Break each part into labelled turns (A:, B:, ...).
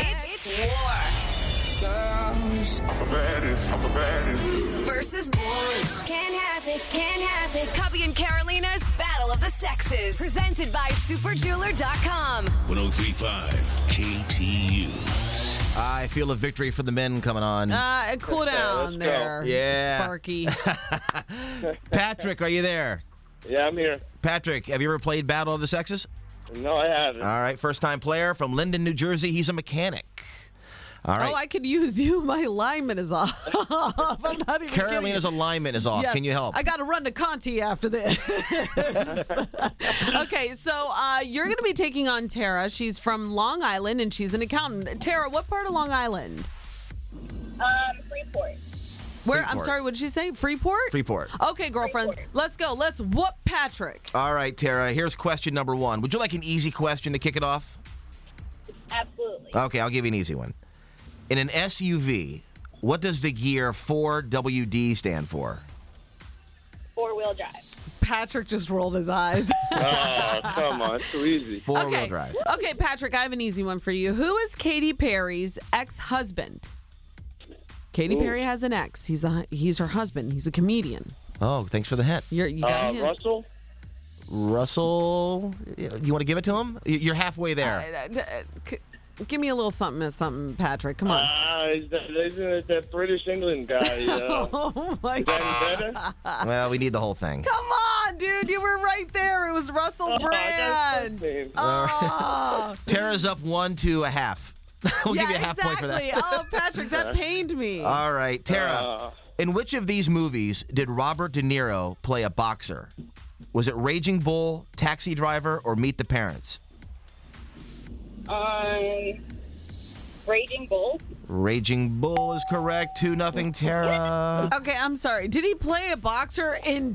A: It's war
B: Girls
A: versus boys. Can't have this, can't have this. Cubby and Carolina's Battle of the Sexes. Presented by SuperJeweler.com.
C: 1035 KTU.
D: I feel a victory for the men coming on.
E: Uh, and cool down there.
D: Yeah.
E: Sparky. Oh,
D: Patrick, are you there?
F: Yeah, I'm here.
D: Patrick, have you ever played Battle of the Sexes?
F: No, I haven't.
G: Ah.
D: All right, first time player from Linden, New Jersey. He's a mechanic. All right.
E: Oh, I could use you. My lineman is off. I'm not even kidding.
D: Carolina's alignment is off.
E: Yes.
D: Can you help?
E: I got to run to Conti after this. okay, so uh, you're going to be taking on Tara. She's from Long Island and she's an accountant. Tara, what part of Long Island?
H: Um, Freeport.
E: Where? I'm
D: Freeport.
E: sorry, what did she say? Freeport?
D: Freeport.
E: Okay, girlfriend, let's go. Let's whoop Patrick.
D: All right, Tara, here's question number one. Would you like an easy question to kick it off?
H: Absolutely.
D: Okay, I'll give you an easy one. In an SUV, what does the gear 4WD stand for?
H: Four wheel drive.
E: Patrick just rolled his eyes.
F: Oh, come on. It's too easy.
D: Four wheel
E: okay.
D: drive.
E: Okay, Patrick, I have an easy one for you. Who is Katy Perry's ex-husband? Katy Perry has an ex. He's a he's her husband. He's a comedian.
D: Oh, thanks for the hint.
E: You're, you got
F: Uh,
E: him.
F: Russell?
D: Russell, you want to give it to him? Y- You're halfway
E: Uh,
D: there.
E: Give me a little something, uh, something, Patrick. Come on.
F: Ah, is that, is that, that British England guy. uh, You know?
E: oh my
F: Is that
E: god!
F: any better?
G: Oh,
D: Well, we need the whole thing.
E: Come on, dude. You were right there. It was Russell
F: Oh, that's
E: Brand.
F: so mean.
E: Oh,
D: Tara's up one to a half. we'll
E: yeah,
D: give you a half
E: exactly.
D: point for that.
E: oh, Patrick, that pained me.
D: All right, Tara.
F: Uh.
D: in which of these movies did Robert De Niro play a boxer? Was it Raging Bull, Taxi Driver, or Meet the Parents?
H: Um, Raging Bull.
D: Raging Bull is correct. Two nothing, Tara.
E: okay, I'm sorry. Did he play a boxer in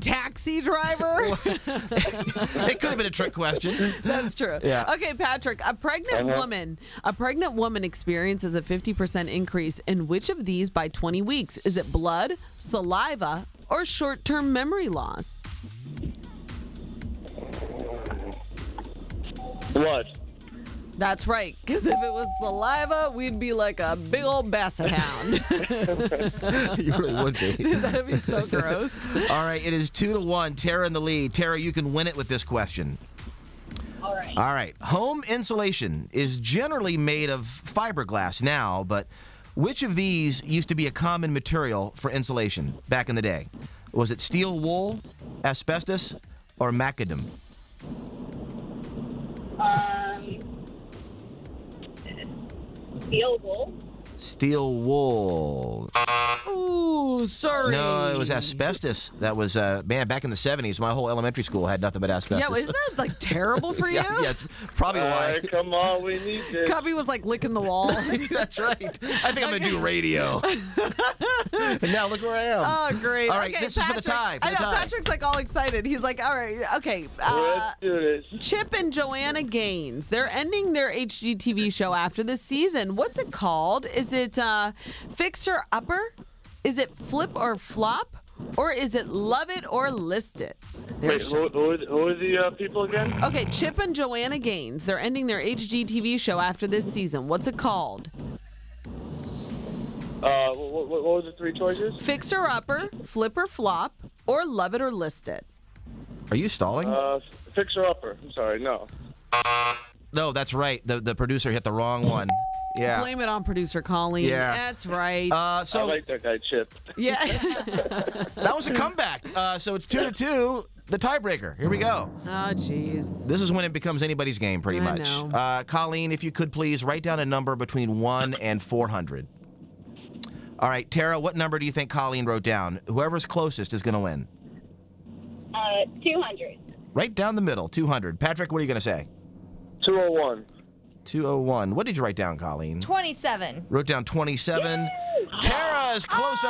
E: Taxi Driver?
D: it could have been a trick question.
E: That's true.
D: Yeah.
E: Okay, Patrick, a pregnant woman, a pregnant woman experiences a 50% increase in which of these by 20 weeks? Is it blood, saliva, or short-term memory loss?
F: Blood.
E: That's right, because if it was saliva, we'd be like a big old basset hound.
D: you really would be.
E: That'd be so gross.
D: All right, it is two to one. Tara in the lead. Tara, you can win it with this question.
H: All right.
D: All right. Home insulation is generally made of fiberglass now, but which of these used to be a common material for insulation back in the day? Was it steel wool, asbestos, or macadam?
H: Um, Steel Bull.
D: Steel wool.
E: Ooh, sorry.
D: No, it was asbestos. That was, uh, man, back in the 70s, my whole elementary school had nothing but asbestos.
E: Yeah, isn't that like terrible for you?
D: yeah, yeah, it's probably
G: Oh,
F: All
D: why.
F: right, come on. We need this.
E: Cubby was like licking the walls.
D: That's right. I think I'm going to do radio. and now look where I am.
E: Oh, great.
D: All right,
E: okay,
D: this is for the tie, for
E: Patrick-
D: the
E: I know,
D: tie.
E: Patrick's like all excited. He's like, all right, okay. Uh,
F: Let's do this.
E: Chip and Joanna Gaines, they're ending their HGTV show after this season. What's it called? Is it uh, Fixer Upper? Is it Flip or Flop? Or is it Love It or List It? Their
F: Wait,
E: show.
F: who, who, who are the uh, people again?
E: Okay, Chip and Joanna Gaines, they're ending their HGTV show after this season. What's it called?
F: Uh, what, what were the three choices?
E: Fixer Upper, Flip or Flop, or Love It or List It?
D: Are you stalling?
F: Uh, fixer upper. I'm sorry, no.
D: No, that's right. The the producer hit the wrong one. Yeah.
E: Blame it on producer Colleen.
D: Yeah.
E: That's right.
D: Uh,
F: I
D: so
F: like that guy, Chip.
E: yeah.
D: that was a comeback. Uh, so it's two to two. The tiebreaker. Here we go.
E: oh, jeez.
D: This is when it becomes anybody's game, pretty
E: I
D: much.
E: know.
D: Uh, Colleen, if you could please write down a number between one and four hundred. All right, Tara, what number do you think Colleen wrote down? Whoever's closest is going to win.
H: Uh, 200.
D: Right down the middle, 200. Patrick, what are you going to say?
F: 201.
D: 201. What did you write down, Colleen?
I: 27.
D: Wrote down 27. Tara is closer.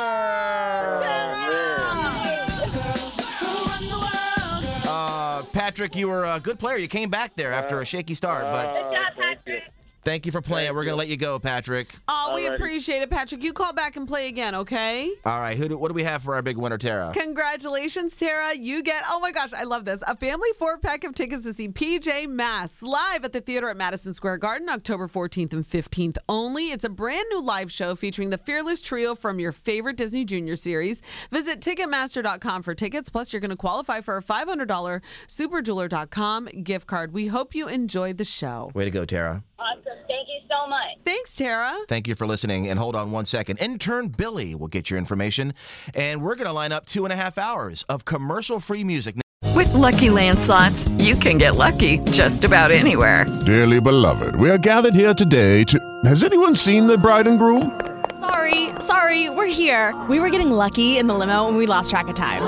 D: Uh, Patrick, you were a good player. You came back there after a shaky start, but
H: Good job, Patrick.
D: Uh, thank you for playing. We're going to let you go, Patrick.
E: Oh, we
F: Alrighty.
E: appreciate it, Patrick. You call back and play again, okay?
D: All right, who do, what do we have for our big winner, Tara?
E: Congratulations, Tara. You get, oh my gosh, I love this. A family four pack of tickets to see PJ Masks live at the theater at Madison Square Garden October 14th and 15th only. It's a brand new live show featuring the fearless trio from your favorite Disney Junior series. Visit Ticketmaster.com for tickets. Plus, you're going to qualify for a $500 SuperJeweler.com gift card. We hope you enjoyed the show.
D: Way to go, Tara.
H: Awesome. Thank you so much.
E: Thanks, Tara.
D: Thank you for listening. And hold on one second. Intern Billy will get your information. And we're going to line up two and a half hours of commercial free music.
J: With Lucky Land slots, you can get lucky just about anywhere.
G: Dearly beloved, we are gathered here today to. Has anyone seen the bride and groom?
I: Sorry, sorry, we're here. We were getting lucky in the limo and we lost track of time.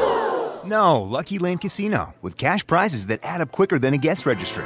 K: No, Lucky Land Casino, with cash prizes that add up quicker than a guest registry.